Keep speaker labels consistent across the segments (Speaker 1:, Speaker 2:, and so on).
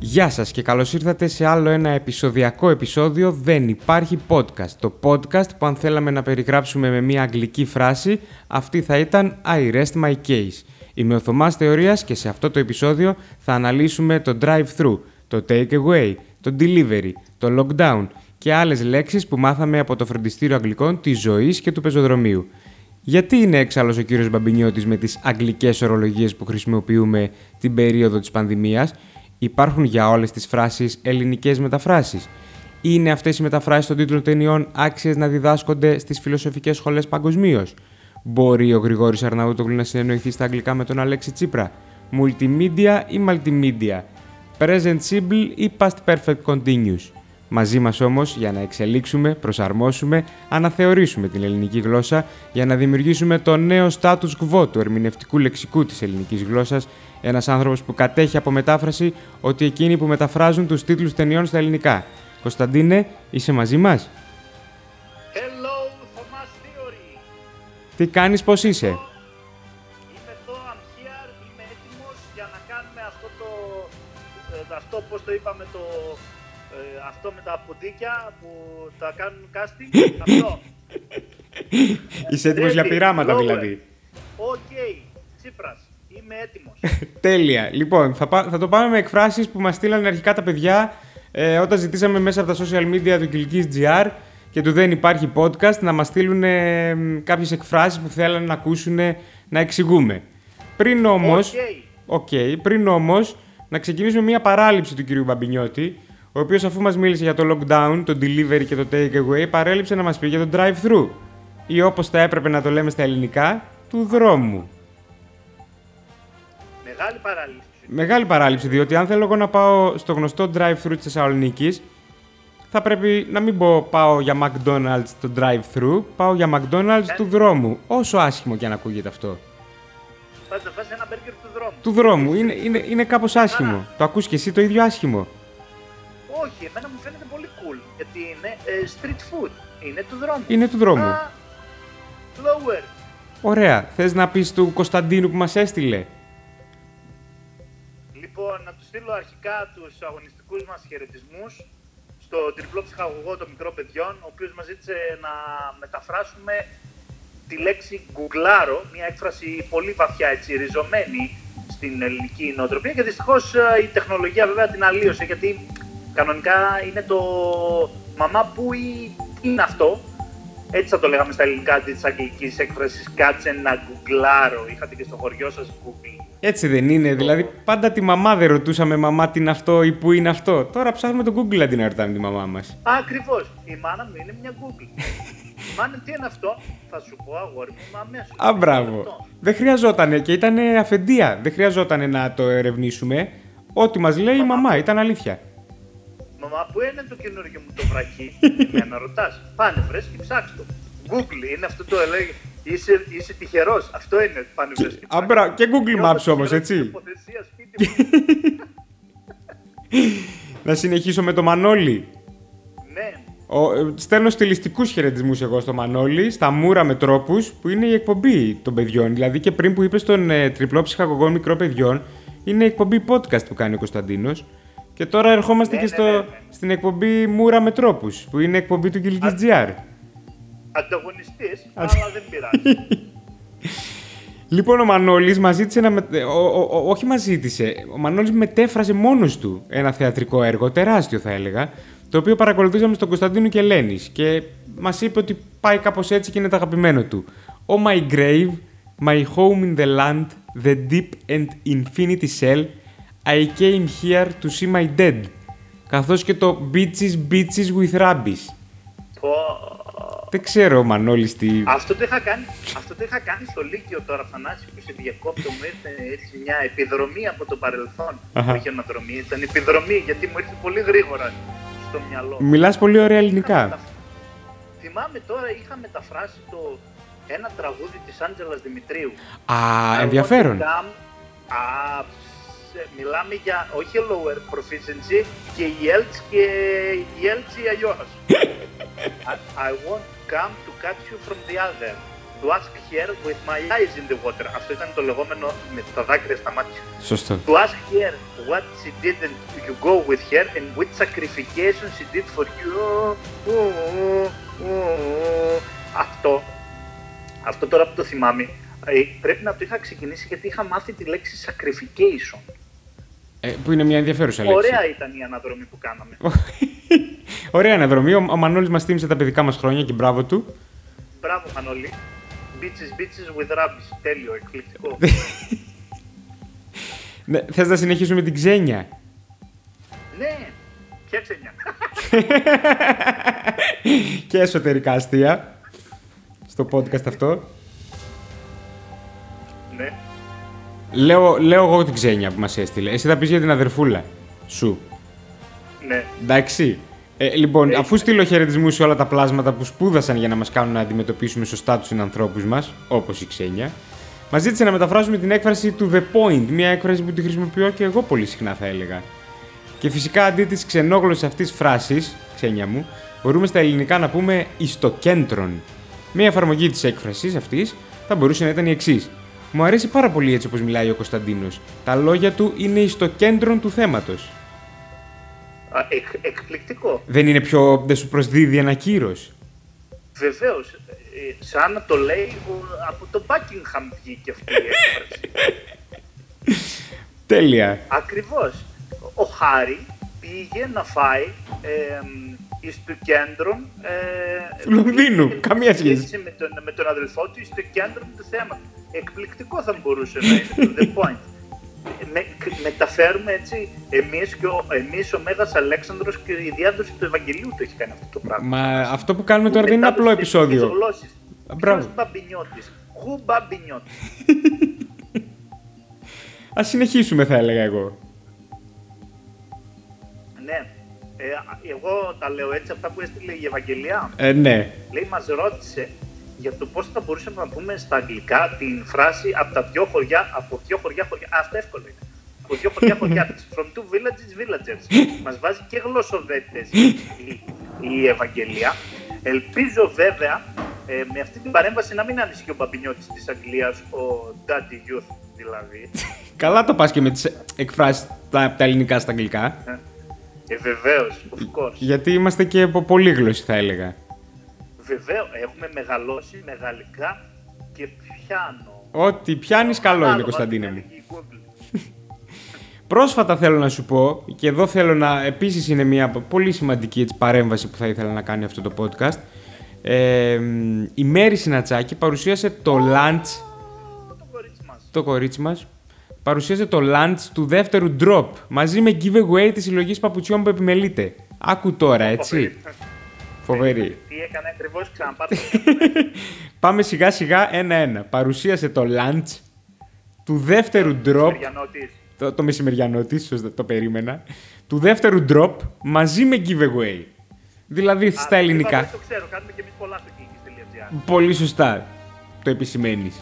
Speaker 1: Γεια σας και καλώς ήρθατε σε άλλο ένα επεισοδιακό επεισόδιο «Δεν υπάρχει podcast». Το podcast που αν θέλαμε να περιγράψουμε με μια αγγλική φράση, αυτή θα ήταν «I rest my case». Είμαι ο Θωμάς Θεωρίας και σε αυτό το επεισόδιο θα αναλύσουμε το drive-thru, το take-away, το delivery, το lockdown και άλλες λέξεις που μάθαμε από το φροντιστήριο αγγλικών της ζωής και του πεζοδρομίου. Γιατί είναι έξαλλος ο κύριος Μπαμπινιώτης με τις αγγλικές ορολογίες που χρησιμοποιούμε την περίοδο της πανδημίας, Υπάρχουν για όλες τις φράσεις ελληνικές μεταφράσεις. Είναι αυτές οι μεταφράσεις των τίτλων ταινιών άξιες να διδάσκονται στις φιλοσοφικές σχολές παγκοσμίως. Μπορεί ο Γρηγόρης Αρναούτογλου να συνεννοηθεί στα αγγλικά με τον Αλέξη Τσίπρα. Multimedia ή Multimedia. Present Simple ή Past Perfect Continuous. Μαζί μας όμως για να εξελίξουμε, προσαρμόσουμε, αναθεωρήσουμε την ελληνική γλώσσα για να δημιουργήσουμε το νέο status quo του ερμηνευτικού λεξικού της ελληνικής γλώσσας, ένας άνθρωπος που κατέχει από μετάφραση ότι εκείνοι που μεταφράζουν τους τίτλους ταινιών στα ελληνικά. Κωνσταντίνε, είσαι μαζί μας?
Speaker 2: Hello, Thomas Theory.
Speaker 1: Τι κάνεις, πώς είσαι?
Speaker 2: Είμαι εδώ, I'm here, είμαι έτοιμος για να κάνουμε αυτό το, ε, αυτό πώς το είπαμε, το, ε, αυτό με τα ποντίκια που τα κάνουν casting, αυτό.
Speaker 1: Είσαι έτοιμος για
Speaker 2: Ready,
Speaker 1: πειράματα
Speaker 2: lower.
Speaker 1: δηλαδή.
Speaker 2: Οκ, Τσίπρας, είμαι έτοιμος.
Speaker 1: Τέλεια. Λοιπόν, θα, πά- θα το πάμε με εκφράσεις που μας στείλανε αρχικά τα παιδιά ε, όταν ζητήσαμε μέσα από τα social media του Κυλικής GR και του Δεν υπάρχει podcast να μας στείλουν ε, κάποιες εκφράσεις που θέλανε να ακούσουν να εξηγούμε. Πριν όμως. Οκ, πριν όμως, να ξεκινήσουμε μια παράληψη του κυρίου Μπαμπινιώτη, ο οποίος αφού μας μίλησε για το lockdown, το delivery και το takeaway, παρέλειψε να μας πει για το drive-thru. Ή όπως θα έπρεπε να το λέμε στα ελληνικά, του δρόμου.
Speaker 2: Μεγάλη παραλήψη.
Speaker 1: Μεγάλη παράληψη, διότι αν θέλω εγώ να πάω στο γνωστό drive-thru της Θεσσαλονίκης, θα πρέπει να μην πω πάω για McDonald's το drive-thru, πάω για McDonald's του δρόμου. Όσο άσχημο και αν ακούγεται αυτό.
Speaker 2: Θα το φας ένα μπέργκερ του δρόμου.
Speaker 1: Του δρόμου, είναι, είναι, είναι κάπως άσχημο. Το ακούς και εσύ το ίδιο άσχημο.
Speaker 2: Όχι, εμένα μου φαίνεται πολύ cool, γιατί είναι ε, street food, είναι του δρόμου.
Speaker 1: Είναι του δρόμου.
Speaker 2: Α, Lower,
Speaker 1: Ωραία, θες να πεις του Κωνσταντίνου που μας έστειλε.
Speaker 2: Λοιπόν, να τους στείλω αρχικά τους αγωνιστικούς μας χαιρετισμούς στο τριπλό ψυχαγωγό των μικρών παιδιών, ο οποίος μας ζήτησε να μεταφράσουμε τη λέξη γκουγκλάρο, μια έκφραση πολύ βαθιά έτσι, ριζωμένη στην ελληνική νοοτροπία και δυστυχώς η τεχνολογία βέβαια την αλλίωσε γιατί κανονικά είναι το μαμά που ή είναι αυτό. Έτσι θα το λέγαμε στα ελληνικά αντί της αγγλικής έκφρασης. Κάτσε να γκουγκλάρω. Είχατε και στο χωριό σας γκουγκλ.
Speaker 1: Έτσι δεν είναι, δηλαδή πάντα τη μαμά δεν ρωτούσαμε μαμά τι είναι αυτό ή πού είναι αυτό. Τώρα ψάχνουμε το Google αντί να ρωτάμε τη μαμά μας.
Speaker 2: Ακριβώς. Η μάνα μου είναι μια Google. Μάνα, τι είναι αυτό, θα σου πω αγόρι μου, αμέσω.
Speaker 1: Α, μπράβο. Δεν χρειαζόταν και ήταν αφεντία. Δεν χρειαζόταν να το ερευνήσουμε. Ό,τι μας λέει η μαμά, ήταν αλήθεια.
Speaker 2: Μαμά, πού είναι το καινούργιο μου το βρακί, με αναρωτά. Πάνε, βρες και ψάξ' το. Google είναι αυτό το ελέγχο. Είσαι, είσαι τυχερός. Αυτό είναι πάνε βρες και
Speaker 1: Α,
Speaker 2: ψάξ' το.
Speaker 1: μπράβο. Και Google
Speaker 2: Νιώθω
Speaker 1: Maps όμω,
Speaker 2: τυχερός στην
Speaker 1: έτσι.
Speaker 2: τοποθεσία σπίτι μου.
Speaker 1: να συνεχίσω με το Μανώλη.
Speaker 2: ναι,
Speaker 1: Ο, ε, στέλνω στιλιστικούς χαιρετισμούς εγώ στο Μανώλη, στα Μούρα με τρόπους, που είναι η εκπομπή των παιδιών. Δηλαδή και πριν που είπες στον ε, τριπλό ψυχαγωγό μικρών παιδιών, είναι η εκπομπή podcast που κάνει ο Κωνσταντίνος. Και τώρα ερχόμαστε
Speaker 2: Ναι,
Speaker 1: και
Speaker 2: ναι,
Speaker 1: στο,
Speaker 2: ναι, ναι.
Speaker 1: στην εκπομπή Μούρα με τρόπους, που είναι εκπομπή του Κυλική GR.
Speaker 2: ανταγωνιστή, αλλά δεν πειράζει.
Speaker 1: Λοιπόν, ο Μανώλης μας ζήτησε να. μετε- ο- ο- ο- όχι, μας ζήτησε. Ο Μανώλης μετέφρασε μόνος του ένα θεατρικό έργο, τεράστιο θα έλεγα, το οποίο παρακολουθήσαμε στον Κωνσταντίνο Κελένη και μας είπε ότι πάει κάπως έτσι και είναι το αγαπημένο του. Oh my grave, my home in the land, the deep and infinity cell, I came here to see my dead. Καθώς και το bitches, bitches with rabbits.
Speaker 2: Πω.
Speaker 1: Δεν ξέρω, Μανώλη, τι.
Speaker 2: Αυτό το, είχα κάνει, αυτό το είχα κάνει στο Λύκειο τώρα, Θανάση, που σε διακόπτω. Μου ήρθε έτσι μια επιδρομή από το παρελθόν.
Speaker 1: Αχα.
Speaker 2: Όχι αναδρομή, ήταν επιδρομή, γιατί μου ήρθε πολύ γρήγορα στο μυαλό.
Speaker 1: Μιλάς πολύ ωραία
Speaker 2: Είχα
Speaker 1: ελληνικά.
Speaker 2: μεταφ- Θυμάμαι τώρα, είχα μεταφράσει το ένα τραγούδι της Άντζελας Δημητρίου.
Speaker 1: Α,
Speaker 2: I
Speaker 1: ενδιαφέρον.
Speaker 2: want to come- Α, ψε, μιλάμε για όχι lower proficiency και η Έλτς και η Έλτς η Αγιώνας. I, I want come to catch you from the other. to ask here with my eyes in the water. Αυτό ήταν το λεγόμενο με τα δάκρυα στα μάτια.
Speaker 1: Σωστό.
Speaker 2: To ask her what she didn't you go with her and which sacrification she did for you. Αυτό, αυτό τώρα που το θυμάμαι, ε, πρέπει να το είχα ξεκινήσει γιατί είχα μάθει τη λέξη sacrification.
Speaker 1: Ε, που είναι μια ενδιαφέρουσα λέξη.
Speaker 2: Ωραία ήταν η αναδρομή που κάναμε.
Speaker 1: Ωραία αναδρομή. Ο, ο Μανώλης μας θύμισε τα παιδικά μας χρόνια και μπράβο του.
Speaker 2: Μπράβο Μανώλη. Bitches, bitches with rubbish. Τέλειο, εκπληκτικό.
Speaker 1: Ναι, θες να συνεχίσουμε την ξένια.
Speaker 2: ναι, ποια ξένια.
Speaker 1: και εσωτερικά αστεία. Στο podcast αυτό.
Speaker 2: ναι.
Speaker 1: Λέω, λέω εγώ την ξένια που μας έστειλε. Εσύ θα πεις για την αδερφούλα σου.
Speaker 2: Ναι.
Speaker 1: Εντάξει. Ε, λοιπόν,
Speaker 2: Έχει.
Speaker 1: αφού στείλω χαιρετισμούς σε όλα τα πλάσματα που σπούδασαν για να μας κάνουν να αντιμετωπίσουμε σωστά τους συνανθρώπους μας, όπως η Ξένια, μας ζήτησε να μεταφράσουμε την έκφραση του The Point, μια έκφραση που τη χρησιμοποιώ και εγώ πολύ συχνά θα έλεγα. Και φυσικά αντί της ξενόγλωση αυτής φράσης, Ξένια μου, μπορούμε στα ελληνικά να πούμε ιστοκέντρων. Μια εφαρμογή της έκφρασης αυτής θα μπορούσε να ήταν η εξής. Μου αρέσει πάρα πολύ έτσι όπως μιλάει ο Κωνσταντίνος. Τα λόγια του είναι ιστοκέντρων του θέματος.
Speaker 2: Α, εκ- εκπληκτικό.
Speaker 1: Δεν είναι πιο. δεν σου προσδίδει ένα κύρος.
Speaker 2: Βεβαίως. ε, σαν να το λέει ο- από το Buckingham βγήκε αυτή η έκφραση.
Speaker 1: Τέλεια.
Speaker 2: Ακριβώς. Ο Χάρη πήγε να φάει ε, στο κέντρο. Ε,
Speaker 1: Λονδίνου.
Speaker 2: πήγε-
Speaker 1: Καμία σχέση.
Speaker 2: πήγε Με τον, με τον αδελφό του στο κέντρο του θέματος. Εκπληκτικός θα μπορούσε να είναι το The Point. Με, κ- μεταφέρουμε έτσι εμείς, και ο, εμείς ο Μέγας Αλέξανδρος και η διάδοση του Ευαγγελίου το έχει κάνει αυτό το πράγμα.
Speaker 1: Μα αυτό που κάνουμε τώρα δεν είναι απλό επεισόδιο. Μπράβο.
Speaker 2: Ποιος μπαμπινιώτης. Who μπαμπινιώτης.
Speaker 1: Ας συνεχίσουμε, θα έλεγα εγώ.
Speaker 2: Ναι. Ε, εγώ τα λέω έτσι αυτά που έστειλε η Ευαγγελία.
Speaker 1: Ε, ναι.
Speaker 2: Λέει, μας ρώτησε για το πώς θα μπορούσαμε να πούμε στα αγγλικά την φράση από τα δυο χωριά, από δυο χωριά χωριά. Α, αυτό εύκολο είναι. Από δυο χωριά χωριά της. From two villages, villagers. μας βάζει και γλωσσοδέτες η, η Ευαγγελία. Ελπίζω βέβαια ε, με αυτή την παρέμβαση να μην ανησυχεί ο μπαμπινιώτης της Αγγλίας, ο Daddy Youth δηλαδή.
Speaker 1: Καλά το πας και με τις εκφράσεις τα, από τα ελληνικά στα αγγλικά.
Speaker 2: Ε, βεβαίως, of course.
Speaker 1: Γιατί είμαστε και από πολύγλωση, θα έλεγα.
Speaker 2: Βεβαίω, έχουμε μεγαλώσει με γαλλικά και πιάνο.
Speaker 1: Ό,τι πιάνεις, καλό είναι, Κωνσταντίνε μου. Πρόσφατα θέλω να σου πω, και εδώ θέλω να επίσης είναι μια πολύ σημαντική έτσι, παρέμβαση που θα ήθελα να κάνει αυτό το podcast. Ε, μ, η Μέρη Συνατσάκη παρουσίασε το lunch
Speaker 2: Το κορίτσι μας.
Speaker 1: το κορίτσι μας, παρουσίασε το launch του δεύτερου drop μαζί με giveaway της συλλογής παπουτσιών που επιμελείται. Άκου τώρα, έτσι. Φοβερή.
Speaker 2: Τι έκανε ακριβώς ξαναπάτε.
Speaker 1: Πάμε σιγά σιγά ένα-ένα. Παρουσίασε το launch του δεύτερου
Speaker 2: Ο
Speaker 1: drop.
Speaker 2: Μεριανότης.
Speaker 1: Το, το μεσημεριανό τη, σωστά το περίμενα. Του δεύτερου drop μαζί με giveaway. Δηλαδή στα
Speaker 2: Α, είπα,
Speaker 1: ελληνικά.
Speaker 2: Δεν το ξέρω, κάνουμε και εμείς πολλά στο kikis.gr.
Speaker 1: Πολύ σωστά το επισημαίνεις.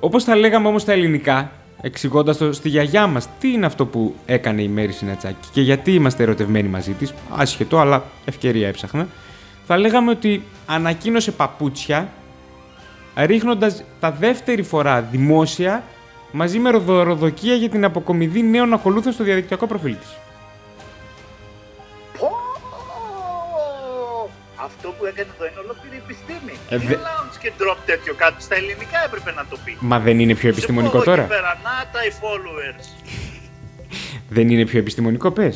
Speaker 1: Όπω τα λέγαμε όμως στα ελληνικά, εξηγώντας το στη γιαγιά μας τι είναι αυτό που έκανε η Μέρη Σινατσάκη και γιατί είμαστε ερωτευμένοι μαζί της, άσχετο, αλλά ευκαιρία έψαχνα, θα λέγαμε ότι ανακοίνωσε παπούτσια ρίχνοντας τα δεύτερη φορά δημόσια μαζί με ροδοροδοκία για την αποκομιδή νέων ακολούθων στο διαδικτυακό προφίλ της.
Speaker 2: Πω! Αυτό που έκανε εδώ είναι ολόκληρη επιστήμη.
Speaker 1: Ε,
Speaker 2: Ε,
Speaker 1: δε-
Speaker 2: launch και drop τέτοιο κάτι. Στα ελληνικά έπρεπε να το πει.
Speaker 1: Μα δεν είναι πιο επιστημονικό
Speaker 2: Σε πω εγώ
Speaker 1: τώρα.
Speaker 2: εκεί Πέρα, να τα οι followers.
Speaker 1: Δεν είναι πιο επιστημονικό, πες.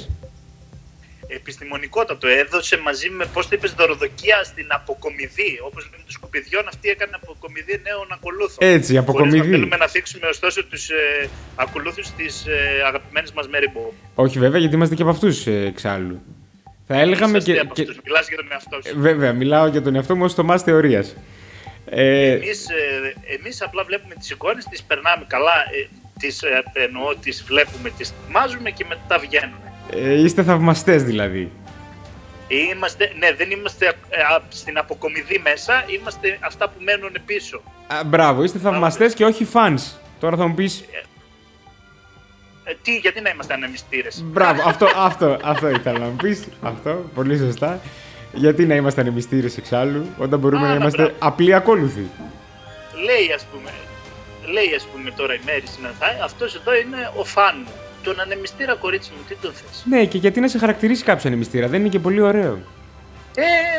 Speaker 2: επιστημονικότατο. έδωσε μαζί με, πώς το είπες, δωροδοκία στην αποκομιδή. Όπως λέμε των σκουπιδιών, αυτή έκανε αποκομιδή νέων ακολούθων.
Speaker 1: Έτσι, αποκομιδή.
Speaker 2: Χωρίς να θέλουμε να θίξουμε ωστόσο τους ε, ακολούθους της ε, αγαπημένης μας Μέριμποου.
Speaker 1: Όχι βέβαια, γιατί είμαστε και από αυτούς εξάλλου. Θα έλεγαμε και. και-
Speaker 2: Μιλάς για τον εαυτό
Speaker 1: ε,
Speaker 2: σου.
Speaker 1: Βέβαια, μιλάω για τον εαυτό μου ως τομάς θεωρίας. Ε,
Speaker 2: Εμείς, ε, εμείς απλά βλέπουμε τις εικόνες, τις περνάμε καλά, ε, τις ε, εννοώ, τις βλέπουμε, τις θυμάζουμε και μετά βγαίνουμε.
Speaker 1: ε, είστε θαυμαστές δηλαδή.
Speaker 2: Είμαστε, ναι, δεν είμαστε ε, α, στην αποκομιδή μέσα, είμαστε αυτά που μένουν πίσω.
Speaker 1: Α, μπράβο, είστε θαυμαστές και όχι fans. Τώρα θα μου πεις.
Speaker 2: Ε, τι, γιατί να είμαστε ανεμιστήρες.
Speaker 1: Μπράβο, αυτό, αυτό, αυτό ήθελα να μου πεις. Αυτό, πολύ σωστά. Γιατί να είμαστε ανεμιστήρες εξάλλου, όταν μπορούμε
Speaker 2: Α, ναι,
Speaker 1: να είμαστε
Speaker 2: μπράβο.
Speaker 1: απλοί ακόλουθοι.
Speaker 2: λέει ας πούμε, λέει ας πούμε τώρα η Μέρη συναντάει, αυτός εδώ είναι ο φαν μου. Τον ανεμιστήρα κορίτσι μου, τι τον θες.
Speaker 1: Ναι, και γιατί να σε χαρακτηρίσει κάποιος ανεμιστήρα, δεν είναι και πολύ ωραίο.
Speaker 2: Ε, ε,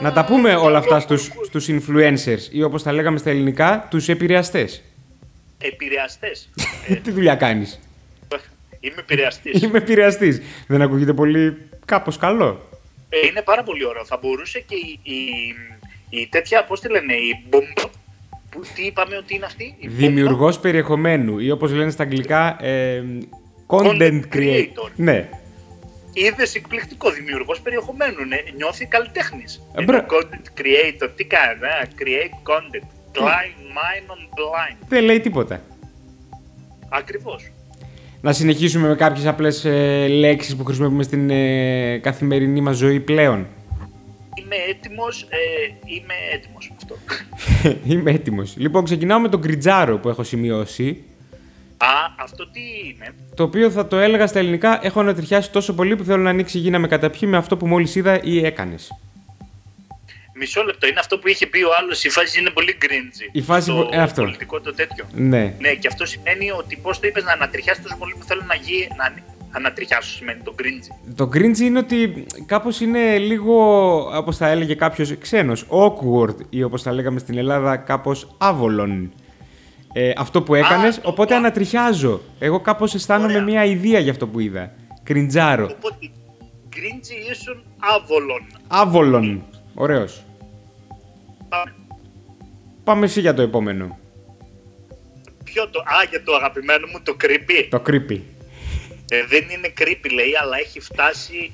Speaker 1: Να τα πούμε όλα αυτά
Speaker 2: λόγω-
Speaker 1: στους, στους influencers ή όπως τα λέγαμε στα ελληνικά, τους επηρεαστές.
Speaker 2: Επηρεαστές.
Speaker 1: Ε, Τι δουλειά κάνεις.
Speaker 2: Είμαι επηρεαστής.
Speaker 1: Είμαι επηρεαστής. Δεν ακούγεται πολύ κάπως καλό.
Speaker 2: Ε, είναι πάρα πολύ ωραίο. Θα μπορούσε και η, η, η τέτοια, πώς τη λένε, η μπομπ, που, τι είπαμε ότι είναι αυτή, η μπομπ?
Speaker 1: Δημιουργός περιεχομένου ή όπως λένε στα αγγλικά ε, content
Speaker 2: Content
Speaker 1: creator.
Speaker 2: creator.
Speaker 1: Ναι.
Speaker 2: Είδες εκπληκτικό δημιουργός περιεχομένου. Ναι. Νιώθει καλλιτέχνης.
Speaker 1: Ε, μπρα-
Speaker 2: Content creator, τι κάνεις, ε? create content. Blind, mine on blind.
Speaker 1: Δεν λέει τίποτα.
Speaker 2: Ακριβώς.
Speaker 1: Να συνεχίσουμε με κάποιες απλές ε, λέξεις που χρησιμοποιούμε στην ε, καθημερινή μας ζωή πλέον.
Speaker 2: Είμαι έτοιμος. Ε, είμαι έτοιμος αυτό.
Speaker 1: Είμαι έτοιμος. Λοιπόν, ξεκινάω με τον κριτζάρο που έχω σημειώσει.
Speaker 2: Α, αυτό τι είναι.
Speaker 1: Το οποίο θα το έλεγα στα ελληνικά: Έχω ανατριχιάσει τόσο πολύ που θέλω να ανοίξει γη να με καταπιεί με αυτό που μόλις είδα ή έκανες.
Speaker 2: Μισό λεπτό. Είναι αυτό που είχε πει ο άλλος. Η φάση είναι πολύ γκριντζι.
Speaker 1: Η φάση
Speaker 2: το
Speaker 1: που- ε, αυτό.
Speaker 2: πολιτικό το τέτοιο.
Speaker 1: Ναι.
Speaker 2: Ναι, και αυτό σημαίνει ότι πώς το είπες να ανατριχιάσεις τόσο πολύ που θέλω να γίνει. Να ανατριχιάσω σημαίνει το γκριντζι.
Speaker 1: Το cringe είναι ότι κάπως είναι λίγο, όπως θα έλεγε κάποιος, ξένος. Awkward ή όπως θα λέγαμε στην Ελλάδα, κάπως άβολον. Ε, αυτό που έκανες,
Speaker 2: το-
Speaker 1: οπότε
Speaker 2: το-
Speaker 1: ανατριχιάζω. Εγώ κάπως αισθάνομαι
Speaker 2: Ωραία.
Speaker 1: μια ιδέα για αυτό που είδα. Κριντζάρο.
Speaker 2: Οπότε γκριντζι ήσουν άβολον.
Speaker 1: Άβολον. Ωραίος.
Speaker 2: Πάμε.
Speaker 1: Πάμε εσύ για το επόμενο.
Speaker 2: Ποιο το. Α, για το αγαπημένο μου το creepy.
Speaker 1: Το creepy.
Speaker 2: Ε, δεν είναι creepy, λέει, αλλά έχει φτάσει.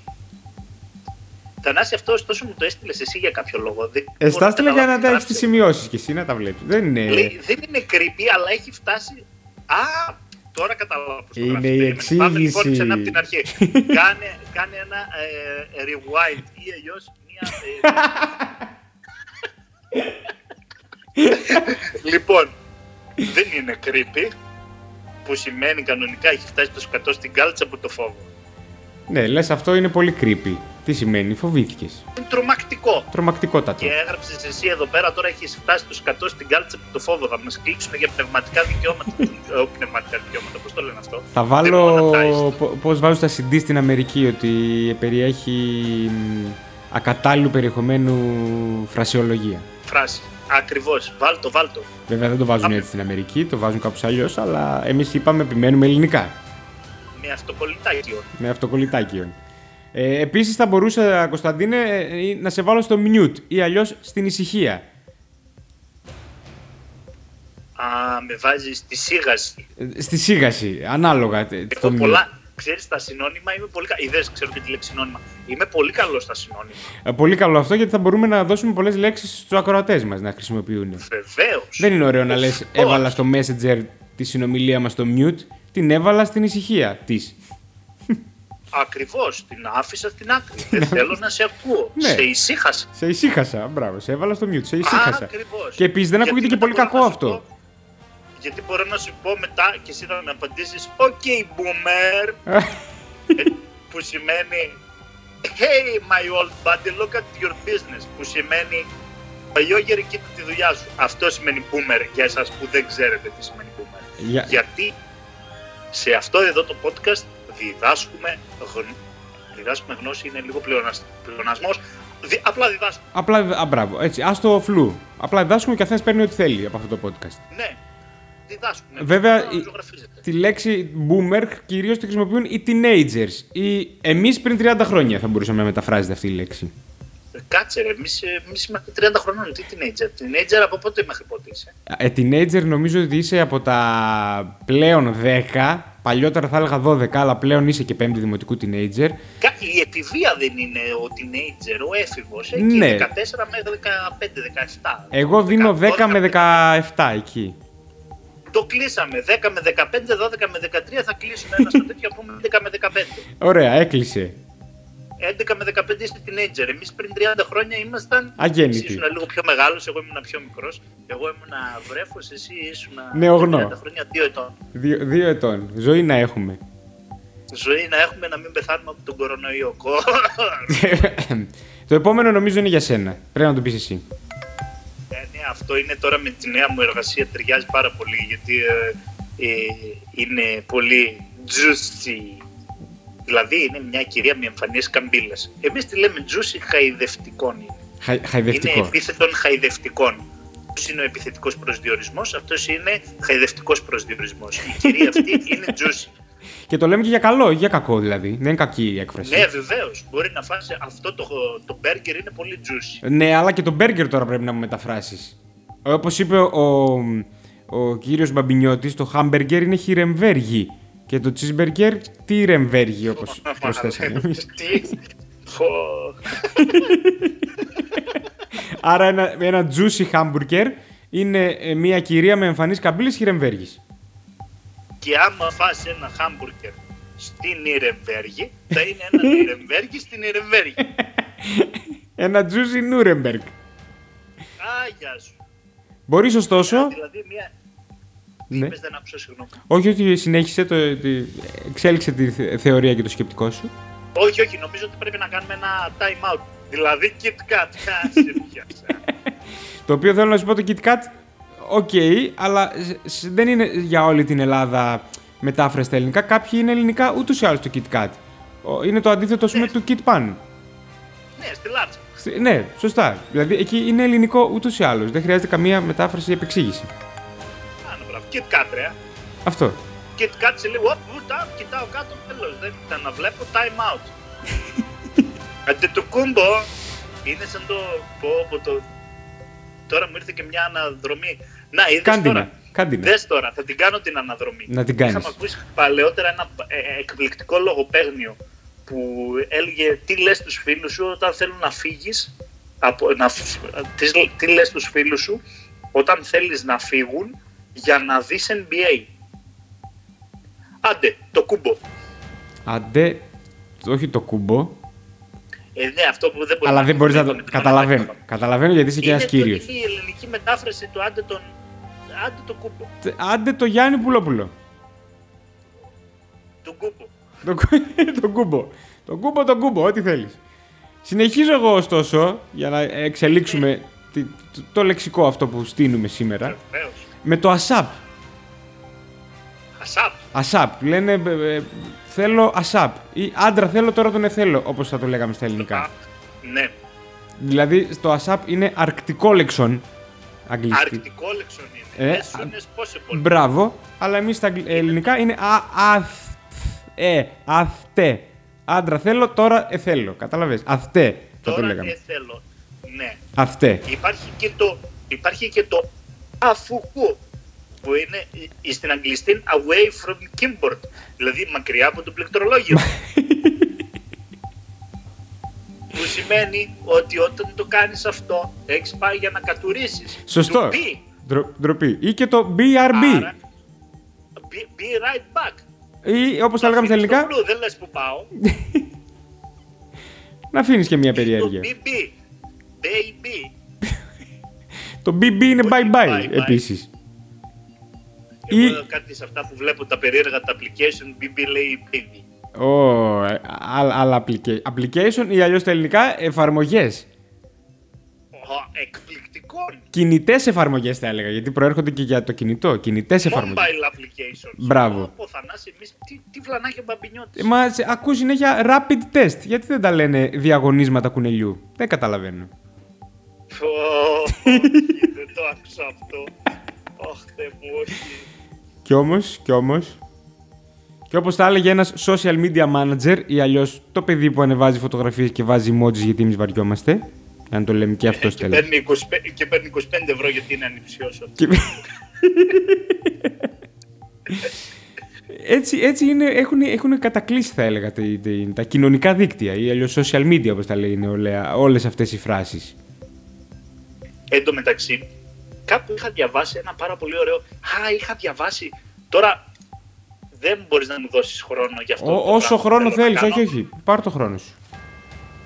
Speaker 2: Θανάση, αυτό τόσο μου το έστειλες εσύ για κάποιο λόγο. Δεν μπορώ να
Speaker 1: Εστάστηλα για να τα
Speaker 2: καταλάβω
Speaker 1: έχει
Speaker 2: τι
Speaker 1: τι σημειώσει κι εσύ να τα βλέπεις. Δεν είναι.
Speaker 2: γράψει. Λέει, δεν είναι creepy, αλλά έχει φτάσει. Α, τώρα κατάλαβα πώς το
Speaker 1: Είναι
Speaker 2: γράφεις.
Speaker 1: η
Speaker 2: Περίμενε. Πάμε λοιπόν
Speaker 1: εξήγηση.
Speaker 2: ξανά από την αρχή. κάνε, κάνε ένα ε, rewind ή αλλιώς μία. ε, λοιπόν, δεν είναι creepy, που σημαίνει κανονικά έχει φτάσει το σκατό στην κάλτσα από το φόβο.
Speaker 1: Ναι, λες αυτό είναι πολύ creepy. Τι σημαίνει, φοβήθηκες.
Speaker 2: Είναι τρομακτικό.
Speaker 1: Τρομακτικότατο.
Speaker 2: Και έγραψες εσύ εδώ πέρα, τώρα έχεις φτάσει το σκατό στην κάλτσα από το φόβο. Θα μας κλείξουν για πνευματικά δικαιώματα. Ε, πνευματικά δικαιώματα, πώς το λένε αυτό.
Speaker 1: Θα
Speaker 2: Δεν
Speaker 1: βάλω.
Speaker 2: μπορώ να φτάσεις.
Speaker 1: Πώς βάζω τα CD στην Αμερική, ότι περιέχει μ, ακατάλληλου περιεχομένου φρασιολογία.
Speaker 2: Φράση. Ακριβώς. Βάλτο, βάλτο.
Speaker 1: Βέβαια δεν το βάζουν
Speaker 2: Α.
Speaker 1: έτσι στην Αμερική, το βάζουν κάπως αλλιώς, αλλά εμείς είπαμε επιμένουμε ελληνικά.
Speaker 2: Με αυτοκολλητάκιο.
Speaker 1: Με αυτοκολλητάκιον. Ε, Επίσης θα μπορούσα, Κωνσταντίνε, ε, ε, να σε βάλω στο mute ή αλλιώς στην ησυχία.
Speaker 2: Α, με βάζεις στη σίγαση.
Speaker 1: Ε, Στη σίγαση, ανάλογα. τε- το
Speaker 2: Εγώ
Speaker 1: mute.
Speaker 2: πολλά. Ξέρεις τα συνώνυμα είμαι πολύ καλό. Ιδέες, ξέρω και τη λέξη συνώνυμα. Είμαι πολύ καλός στα συνώνυμα.
Speaker 1: Ε, Πολύ καλό αυτό γιατί θα μπορούμε να δώσουμε πολλές λέξεις στους ακροατές μας να χρησιμοποιούν.
Speaker 2: Βεβαίως.
Speaker 1: Δεν είναι ωραίο να λες:
Speaker 2: Λοιπόν,
Speaker 1: Έβαλα στο Messenger τη συνομιλία μας στο mute, την έβαλα στην ησυχία της.
Speaker 2: Ακριβώς. Την άφησα στην άκρη. Δεν θέλω να σε ακούω.
Speaker 1: Ναι.
Speaker 2: Σε ησύχασα.
Speaker 1: Σε ησύχασα. Μπράβο, σε έβαλα στο mute, σε ησύχασα.
Speaker 2: Ακριβώς.
Speaker 1: Και επίσης δεν
Speaker 2: Γιατί
Speaker 1: ακούγεται και πολύ
Speaker 2: μετά μπορώ να
Speaker 1: κακό
Speaker 2: σου
Speaker 1: αυτό.
Speaker 2: πω- γιατί μπορώ να σου πω μετά και εσύ να με απαντήσεις, OK, boomer, Ε, που σημαίνει Hey, my old buddy, look at your business, που σημαίνει Παλιόγερη, κοίτα τη δουλειά σου. Αυτό σημαίνει boomer για εσάς που δεν ξέρετε τι σημαίνει boomer.
Speaker 1: Για-
Speaker 2: Γιατί σε αυτό εδώ το podcast διδάσκουμε, γν... διδάσκουμε γνώση, είναι λίγο πλεονασ- πλεονασμός. Δι- Απλά διδάσκουμε.
Speaker 1: Απλά. Α, μπράβο, έτσι. Ας το φλου. Απλά διδάσκουμε και αυτέ παίρνει ό,τι θέλει από αυτό το podcast.
Speaker 2: Ναι, διδάσκουμε.
Speaker 1: Βέβαια,
Speaker 2: Τώρα
Speaker 1: η-
Speaker 2: ζωγραφίζεται.
Speaker 1: Τη λέξη boomer κυρίως τη χρησιμοποιούν οι teenagers. Ή εμείς πριν 30 χρόνια θα μπορούσαμε να μεταφράζεται αυτή η λέξη.
Speaker 2: Ε, Κάτσε ρε, εμείς, ε, εμείς είμαστε 30 χρονών, τι teenager. Teenager από πότε μέχρι πότε είσαι.
Speaker 1: Ε, teenager νομίζω ότι είσαι από τα πλέον 10. Παλιότερα θα έλεγα 12, αλλά πλέον είσαι και πέμπτη δημοτικού teenager.
Speaker 2: Κα- Η εφηβεία δεν είναι ο teenager, ο έφηβος. Εκεί
Speaker 1: Ναι.
Speaker 2: 14 μέχρι 15-17.
Speaker 1: Εγώ δίνω 10 με 17 εκεί.
Speaker 2: Το κλείσαμε. 10 με 15, 12 με 13 θα κλείσουμε ένα στο τέτοιο, πούμε 11 με 15.
Speaker 1: Ωραία, έκλεισε.
Speaker 2: 11 με 15 είσαι teenager. Εμείς πριν 30 χρόνια ήμασταν...
Speaker 1: Αγέννητοι.
Speaker 2: Εσύ ήσουν λίγο πιο μεγάλος, εγώ ήμουν πιο μικρός. Εγώ ήμουν βρέφος, εσύ ήσουν
Speaker 1: Νεογνώ.
Speaker 2: 30 χρόνια, 2 ετών.
Speaker 1: Δύο, δύο ετών. Ζωή να έχουμε.
Speaker 2: Ζωή να έχουμε να μην πεθάνουμε από τον κορονοϊό.
Speaker 1: το επόμενο νομίζω είναι για σένα. Πρέπει να το πεις εσύ.
Speaker 2: Ε, ναι, αυτό είναι τώρα με τη νέα μου εργασία ταιριάζει πάρα πολύ γιατί ε, ε, είναι πολύ juicy. Δηλαδή είναι μια κυρία με εμφανίες καμπύλες. Εμείς τη λέμε juicy χαϊδευτικών είναι.
Speaker 1: Χα- χαϊδευτικό.
Speaker 2: Είναι επίθετον χαϊδευτικών. Αυτός είναι ο επιθετικός προσδιορισμός, αυτός είναι χαϊδευτικός προσδιορισμός. Η κυρία αυτή είναι juicy.
Speaker 1: Και το λέμε και για καλό, ή για κακό δηλαδή. Δεν είναι κακή η έκφραση.
Speaker 2: ναι, βεβαίως. Μπορεί να φας αυτό το, το burger είναι πολύ juicy.
Speaker 1: Ναι, αλλά και τον μπέργκερ τώρα πρέπει να μου μεταφράσεις. Όπως είπε ο, ο κύριος Μπαμπινιώτης, το χάμπεργκερ είναι χιρεμβέργι. Και το cheeseburger τι ρεμβέργι, όπω προσθέσαμε εμείς.
Speaker 2: Τι. Χω.
Speaker 1: Άρα ένα, ένα juicy hamburger είναι ε, μια κυρία με εμφανείς καμπύλη χιρεμβέργης.
Speaker 2: Και άμα φας ένα χάμπουργκερ στην Ιρεμβέργη, θα είναι ένα Ιρεμβέργη στην Ιρεμβέργη.
Speaker 1: Ένα juicy Νούρεμπεργκ.
Speaker 2: Α, γεια σου.
Speaker 1: Μπορείς ωστόσο.
Speaker 2: Δηλαδή μια...
Speaker 1: Ναι.
Speaker 2: Είπες δεν άκουσα, συγγνώμη.
Speaker 1: Όχι ότι συνέχισε, το, τη- εξέλιξε τη θε- θεωρία και το σκεπτικό σου.
Speaker 2: Όχι, όχι, νομίζω ότι πρέπει να κάνουμε ένα time out. Δηλαδή, Kit Kat, κάσε πιάσα.
Speaker 1: Το οποίο θέλω να σου πω το KitKat, οκ, αλλά σ- σ- δεν είναι για όλη την Ελλάδα μετάφραση στα ελληνικά. Κάποιοι είναι ελληνικά ούτως ή άλλως το KitKat. Ο- Είναι το αντίθετο, ας πούμε,
Speaker 2: Ναι.
Speaker 1: του KitPan.
Speaker 2: ναι, στη Λάρτσα.
Speaker 1: Στη- Ναι, σωστά. Δηλαδή εκεί είναι ελληνικό ούτως ή άλλως. Δεν χρειάζεται καμία μετάφραση επεξήγηση.
Speaker 2: Άνω, μπράβο. Kit Kat, ρε. α.
Speaker 1: Αυτό.
Speaker 2: Kit Kat σε λίγο, οπ, βουτά, κοιτάω κάτω, τέλος. Δεν ήταν να βλέπω time out. Αντε το κούμπο είναι σαν το πω, πω το... Τώρα μου ήρθε και μια αναδρομή. Να, είδες
Speaker 1: Κάντινα.
Speaker 2: τώρα.
Speaker 1: Κάντινα.
Speaker 2: Δες τώρα, θα την κάνω την αναδρομή.
Speaker 1: Να την κάνεις.
Speaker 2: Είχαμε ακούσει παλαιότερα ένα ε, εκπληκτικό λογοπαίγνιο που έλεγε τι λες στους φίλους σου όταν θέλουν να φύγεις, από, να, φ- τις, τι λες στους φίλους σου όταν θέλεις να φύγουν για να δεις NBA. Άντε, το κούμπο.
Speaker 1: Αντέ. Όχι το κούμπο,
Speaker 2: Ε, ναι, αυτό που δεν μπορεί
Speaker 1: αλλά δεν μπορείς να
Speaker 2: είναι
Speaker 1: το. Καταλαβαίνω. Καταλαβαίνω γιατί είσαι και ένας
Speaker 2: το-
Speaker 1: κύριος.
Speaker 2: Είναι η ελληνική μετάφραση του άντε, τον, άντε το κούμπο.
Speaker 1: Άντε το Γιάννη Πουλόπουλο.
Speaker 2: Το κούμπο.
Speaker 1: Το, κου- τον κούμπο. Τον κούμπο, τον κούμπο, ό,τι θέλεις. Συνεχίζω εγώ ωστόσο για να εξελίξουμε τη- το, το λεξικό αυτό που στείλουμε σήμερα
Speaker 2: Βεβαίως.
Speaker 1: με το ASAP.
Speaker 2: Χασάπ.
Speaker 1: ASAP. Λένε ε, ε, θέλω ASAP. Ή άντρα θέλω τώρα τον εθέλω, όπως θα το λέγαμε στα ελληνικά.
Speaker 2: Ναι.
Speaker 1: δηλαδή το ASAP είναι αρκτικό λεξόν. Αγγλιστή.
Speaker 2: Αρκτικό λεξον είναι.
Speaker 1: Ε,
Speaker 2: Ε, Έσονες πόσο πολύ.
Speaker 1: Μπράβο, αλλά εμείς στα αγγλ- ελληνικά είναι α, αθ, ε, αθτε. Άντρα θέλω, τώρα εθέλω. Κατάλαβες, Αθτε θα το
Speaker 2: Τώρα
Speaker 1: λέγαμε.
Speaker 2: δεν θέλω. Ναι.
Speaker 1: Αυτέ.
Speaker 2: Υπάρχει και το, υπάρχει και το αφουκού που είναι ε, στην αγγλιστή away from keyboard. Δηλαδή μακριά από το πληκτρολόγιο. που σημαίνει ότι όταν το κάνεις αυτό έχεις πάει για να κατουρίσεις.
Speaker 1: Σωστό. Ε,
Speaker 2: To be.
Speaker 1: Ντρο- ντροπή. Ή και το BRB.
Speaker 2: Άρα, be, be right back.
Speaker 1: Ή όπως τα λέγαμε στα
Speaker 2: Αφήνεις το
Speaker 1: ελληνικά,
Speaker 2: blue, Δεν λες που πάω.
Speaker 1: να αφήνεις και μια
Speaker 2: Το
Speaker 1: περιέργεια.
Speaker 2: BB. Baby.
Speaker 1: Το BB είναι
Speaker 2: Όχι,
Speaker 1: bye bye
Speaker 2: bye-bye.
Speaker 1: επίση. Ή-
Speaker 2: Εγώ κάτι σε αυτά που βλέπω τα περίεργα τα application BB λέει baby.
Speaker 1: Άλλα ε, applica- application ή αλλιώς στα ελληνικά εφαρμογές.
Speaker 2: Ω, Εκπληκτικών.
Speaker 1: Κινητές εφαρμογές θα έλεγα, γιατί προέρχονται και για το κινητό. Κινητές εφαρμογές.
Speaker 2: Mobile application.
Speaker 1: Μπράβο. Ε,
Speaker 2: Πω, Θανάση, εμείς τι, τι βλανάκια μπαμπινιώτης.
Speaker 1: Μα σε- ακούω συνέχεια rapid test. Γιατί δεν τα λένε διαγωνίσματα κουνελιού. Δεν καταλαβαίνω.
Speaker 2: Πω, όχι, δεν το άκουσα αυτό. Ωχ, Θεέ μου, όχι.
Speaker 1: Κι όμως, κι όμως. Και όπως τα έλεγε ένας social media manager ή αλλιώς το παιδί που ανεβάζει φωτογραφίες και βάζει emojis γιατί εμείς βαριόμαστε. Αν το λέμε και αυτός
Speaker 2: και,
Speaker 1: τέλος.
Speaker 2: παίρνει 25, και παίρνει 25 ευρώ γιατί είναι ανυψιός αυτός.
Speaker 1: έτσι έτσι είναι, έχουν, έχουν κατακλείσει, θα έλεγα, τα, τα- τα κοινωνικά δίκτυα ή αλλιώς social media, όπως τα λέει η νεολαία, όλες αυτές οι φράσεις.
Speaker 2: Εν τω μεταξύ, κάπου είχα διαβάσει ένα πάρα πολύ ωραίο. Α, είχα διαβάσει. Τώρα δεν μπορείς να μου δώσεις χρόνο γι' αυτό. το
Speaker 1: Όσο
Speaker 2: πράγμα
Speaker 1: χρόνο
Speaker 2: που θέλω να
Speaker 1: θέλεις, όχι,
Speaker 2: κάνω.
Speaker 1: όχι. Πάρ το χρόνο σου.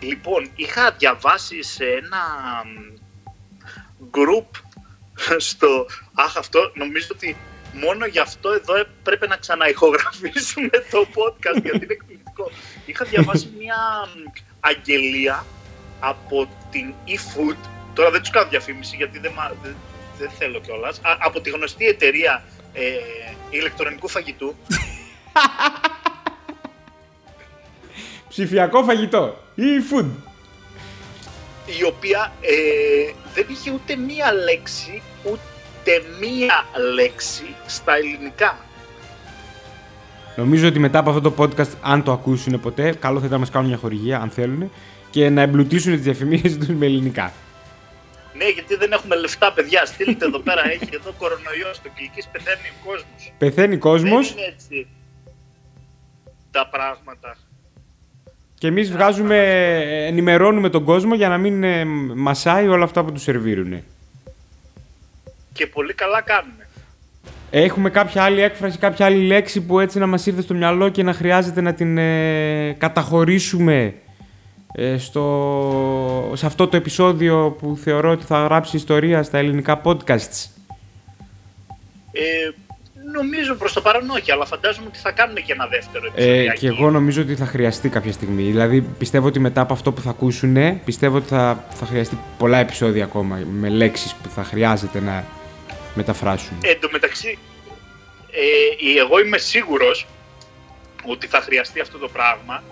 Speaker 2: Λοιπόν, είχα διαβάσει σε ένα μ, group στο. Αχ, αυτό νομίζω ότι μόνο γι' αυτό εδώ πρέπει να ξαναηχογραφήσουμε το podcast γιατί είναι εκπληκτικό. Είχα διαβάσει μια μ, αγγελία από την eFood. Τώρα δεν τους κάνω διαφήμιση γιατί δεν, μα- δεν- δεν θέλω κιόλας. Από τη γνωστή εταιρεία ε, ηλεκτρονικού φαγητού.
Speaker 1: Ψηφιακό φαγητό. E-food.
Speaker 2: η οποία ε, δεν είχε ούτε μία λέξη, ούτε μία λέξη στα ελληνικά.
Speaker 1: Νομίζω ότι μετά από αυτό το podcast, αν το ακούσουν ποτέ, καλό θα ήταν να μας κάνουν μια χορηγία, αν θέλουν, και να εμπλουτίσουν τις διαφημίσεις τους με ελληνικά.
Speaker 2: Ναι, γιατί δεν έχουμε λεφτά, παιδιά. Στείλτε εδώ πέρα, έχει εδώ κορονοϊός στο κλικείς, πεθαίνει ο κόσμος.
Speaker 1: Πεθαίνει κόσμος
Speaker 2: Δεν είναι έτσι τα πράγματα.
Speaker 1: και εμείς βγάζουμε, ενημερώνουμε τον κόσμο για να μην ε, μασάει όλα αυτά που τους σερβίρουν.
Speaker 2: Και πολύ καλά κάνουμε.
Speaker 1: Έχουμε κάποια άλλη έκφραση, κάποια άλλη λέξη που έτσι να μας ήρθε στο μυαλό και να χρειάζεται να την ε, καταχωρήσουμε ε, στο, σε αυτό το επεισόδιο που θεωρώ ότι θα γράψει ιστορία στα ελληνικά podcasts.
Speaker 2: Ε, νομίζω προς το παρόν όχι, αλλά φαντάζομαι ότι θα κάνουμε και ένα δεύτερο
Speaker 1: Ε,
Speaker 2: επεισοδιάκι.
Speaker 1: και εγώ νομίζω ότι θα χρειαστεί κάποια στιγμή. Δηλαδή πιστεύω ότι μετά από αυτό που θα ακούσουν, πιστεύω ότι θα, θα χρειαστεί πολλά επεισόδια ακόμα με λέξεις που θα χρειάζεται να μεταφράσουν.
Speaker 2: Ε, εν τω μεταξύ, ε, η- εγώ είμαι σίγουρος ότι θα χρειαστεί αυτό το πράγμα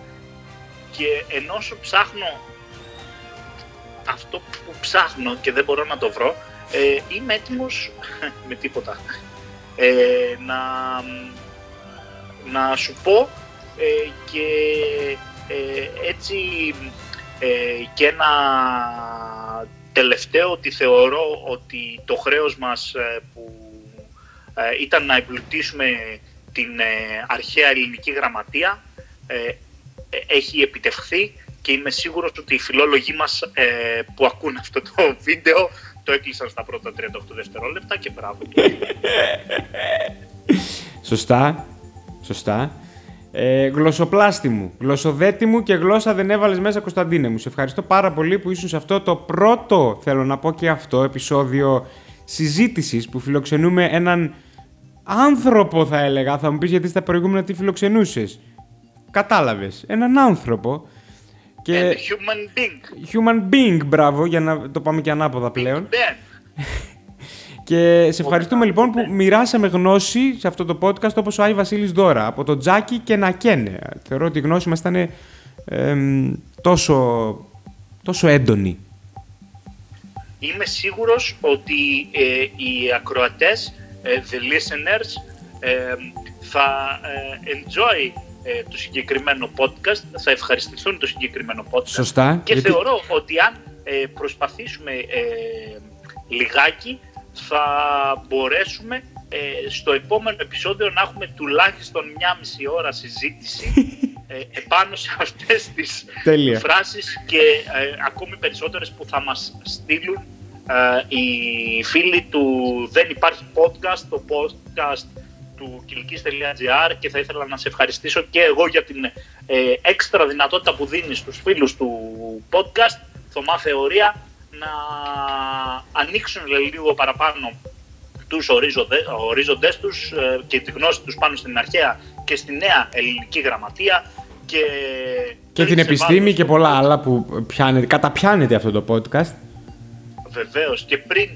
Speaker 2: και ενώ σου ψάχνω αυτό που ψάχνω και δεν μπορώ να το βρω, ε, είμαι έτοιμος με τίποτα ε, να, να σου πω ε, και ε, έτσι ε, και ένα τελευταίο ότι θεωρώ ότι το χρέος μας ε, που ε, ήταν να εμπλουτίσουμε την ε, αρχαία ελληνική γραμματεία ε, έχει επιτευχθεί και είμαι σίγουρος ότι οι φιλόλογοι μας ε, που ακούν αυτό το βίντεο το έκλεισαν στα πρώτα 38 δευτερόλεπτα και μπράβο.
Speaker 1: Σωστά. Σωστά. Ε, γλωσσοπλάστη μου, γλωσσοδέτη μου και γλώσσα δεν έβαλες μέσα Κωνσταντίνε μου. Σε ευχαριστώ πάρα πολύ που ήσουν σε αυτό το πρώτο, θέλω να πω και αυτό, επεισόδιο συζήτησης που φιλοξενούμε έναν άνθρωπο, θα έλεγα. Θα μου πεις γιατί στα προηγούμενα τι φιλοξενούσες. Κατάλαβες. Έναν άνθρωπο.
Speaker 2: And
Speaker 1: Και
Speaker 2: human being.
Speaker 1: human being, μπράβο, για να το πάμε και ανάποδα πλέον.
Speaker 2: Ben.
Speaker 1: Και σε ευχαριστούμε λοιπόν που μοιράσαμε γνώση σε αυτό το podcast όπως ο Άι Βασίλης Δώρα, από τον Τζάκι και να καίνε. Θεωρώ ότι η γνώση μας ήταν εμ, τόσο, τόσο έντονη.
Speaker 2: Είμαι σίγουρος ότι ε, οι ακροατές, ε, the listeners, ε, θα ε, enjoy ε, το συγκεκριμένο podcast, θα ευχαριστηθούν το συγκεκριμένο podcast.
Speaker 1: Σωστά,
Speaker 2: Και
Speaker 1: γιατί-
Speaker 2: θεωρώ ότι αν ε, προσπαθήσουμε ε, λιγάκι, θα μπορέσουμε ε, στο επόμενο επεισόδιο να έχουμε τουλάχιστον μια μισή ώρα συζήτηση ε, επάνω σε αυτές τις
Speaker 1: Τέλεια.
Speaker 2: φράσεις και ε, ακόμη περισσότερες που θα μας στείλουν ε, οι φίλοι του Δεν Υπάρχει Podcast, το podcast του κυλικής.gr και θα ήθελα να σε ευχαριστήσω και εγώ για την ε, έξτρα δυνατότητα που δίνεις στους φίλους του podcast, Θωμά Θεωρία, να ανοίξουν λίγο παραπάνω τους ορίζοντε, ορίζοντες τους ε, και τη γνώση τους πάνω στην αρχαία και στη νέα ελληνική γραμματεία και,
Speaker 1: Και την
Speaker 2: σε
Speaker 1: επιστήμη
Speaker 2: βάρος-
Speaker 1: και πολλά άλλα που πιάνεται, καταπιάνεται αυτό το podcast.
Speaker 2: Βεβαίως και πριν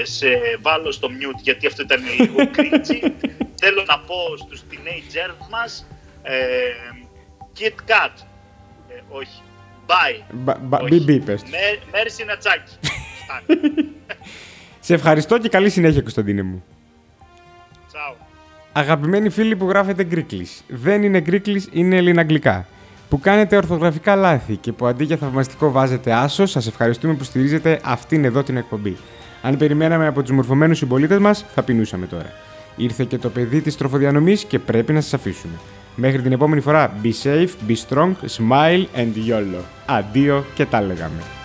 Speaker 2: ε, σε βάλω στο mute γιατί αυτό ήταν λίγο cringy θέλω να πω στους teenagers μας ε, Kit Kat ε, όχι Bye
Speaker 1: Μπα- μπα-
Speaker 2: Όχι. Ναι.
Speaker 1: μπι- μπι, πες τους.
Speaker 2: Μέ- Μέρι Σινατζάκη Φτάνει.
Speaker 1: Σε ευχαριστώ και καλή συνέχεια Κωνσταντίνε μου.
Speaker 2: Τσάου
Speaker 1: Αγαπημένοι φίλοι που γράφετε Γκρίκλις, δεν είναι Γκρίκλις, είναι Ελληναγγλικά. Που κάνετε ορθογραφικά λάθη και που αντί για θαυμαστικό βάζετε άσο, σας ευχαριστούμε που στηρίζετε αυτήν εδώ την εκπομπή. Αν περιμέναμε από τους μορφωμένους συμπολίτες μας, θα πεινούσαμε τώρα. Ήρθε και το παιδί της τροφοδιανομής και πρέπει να σας αφήσουμε. Μέχρι την επόμενη φορά, be safe, be strong, smile and yolo. Αντίο και τα λέγαμε.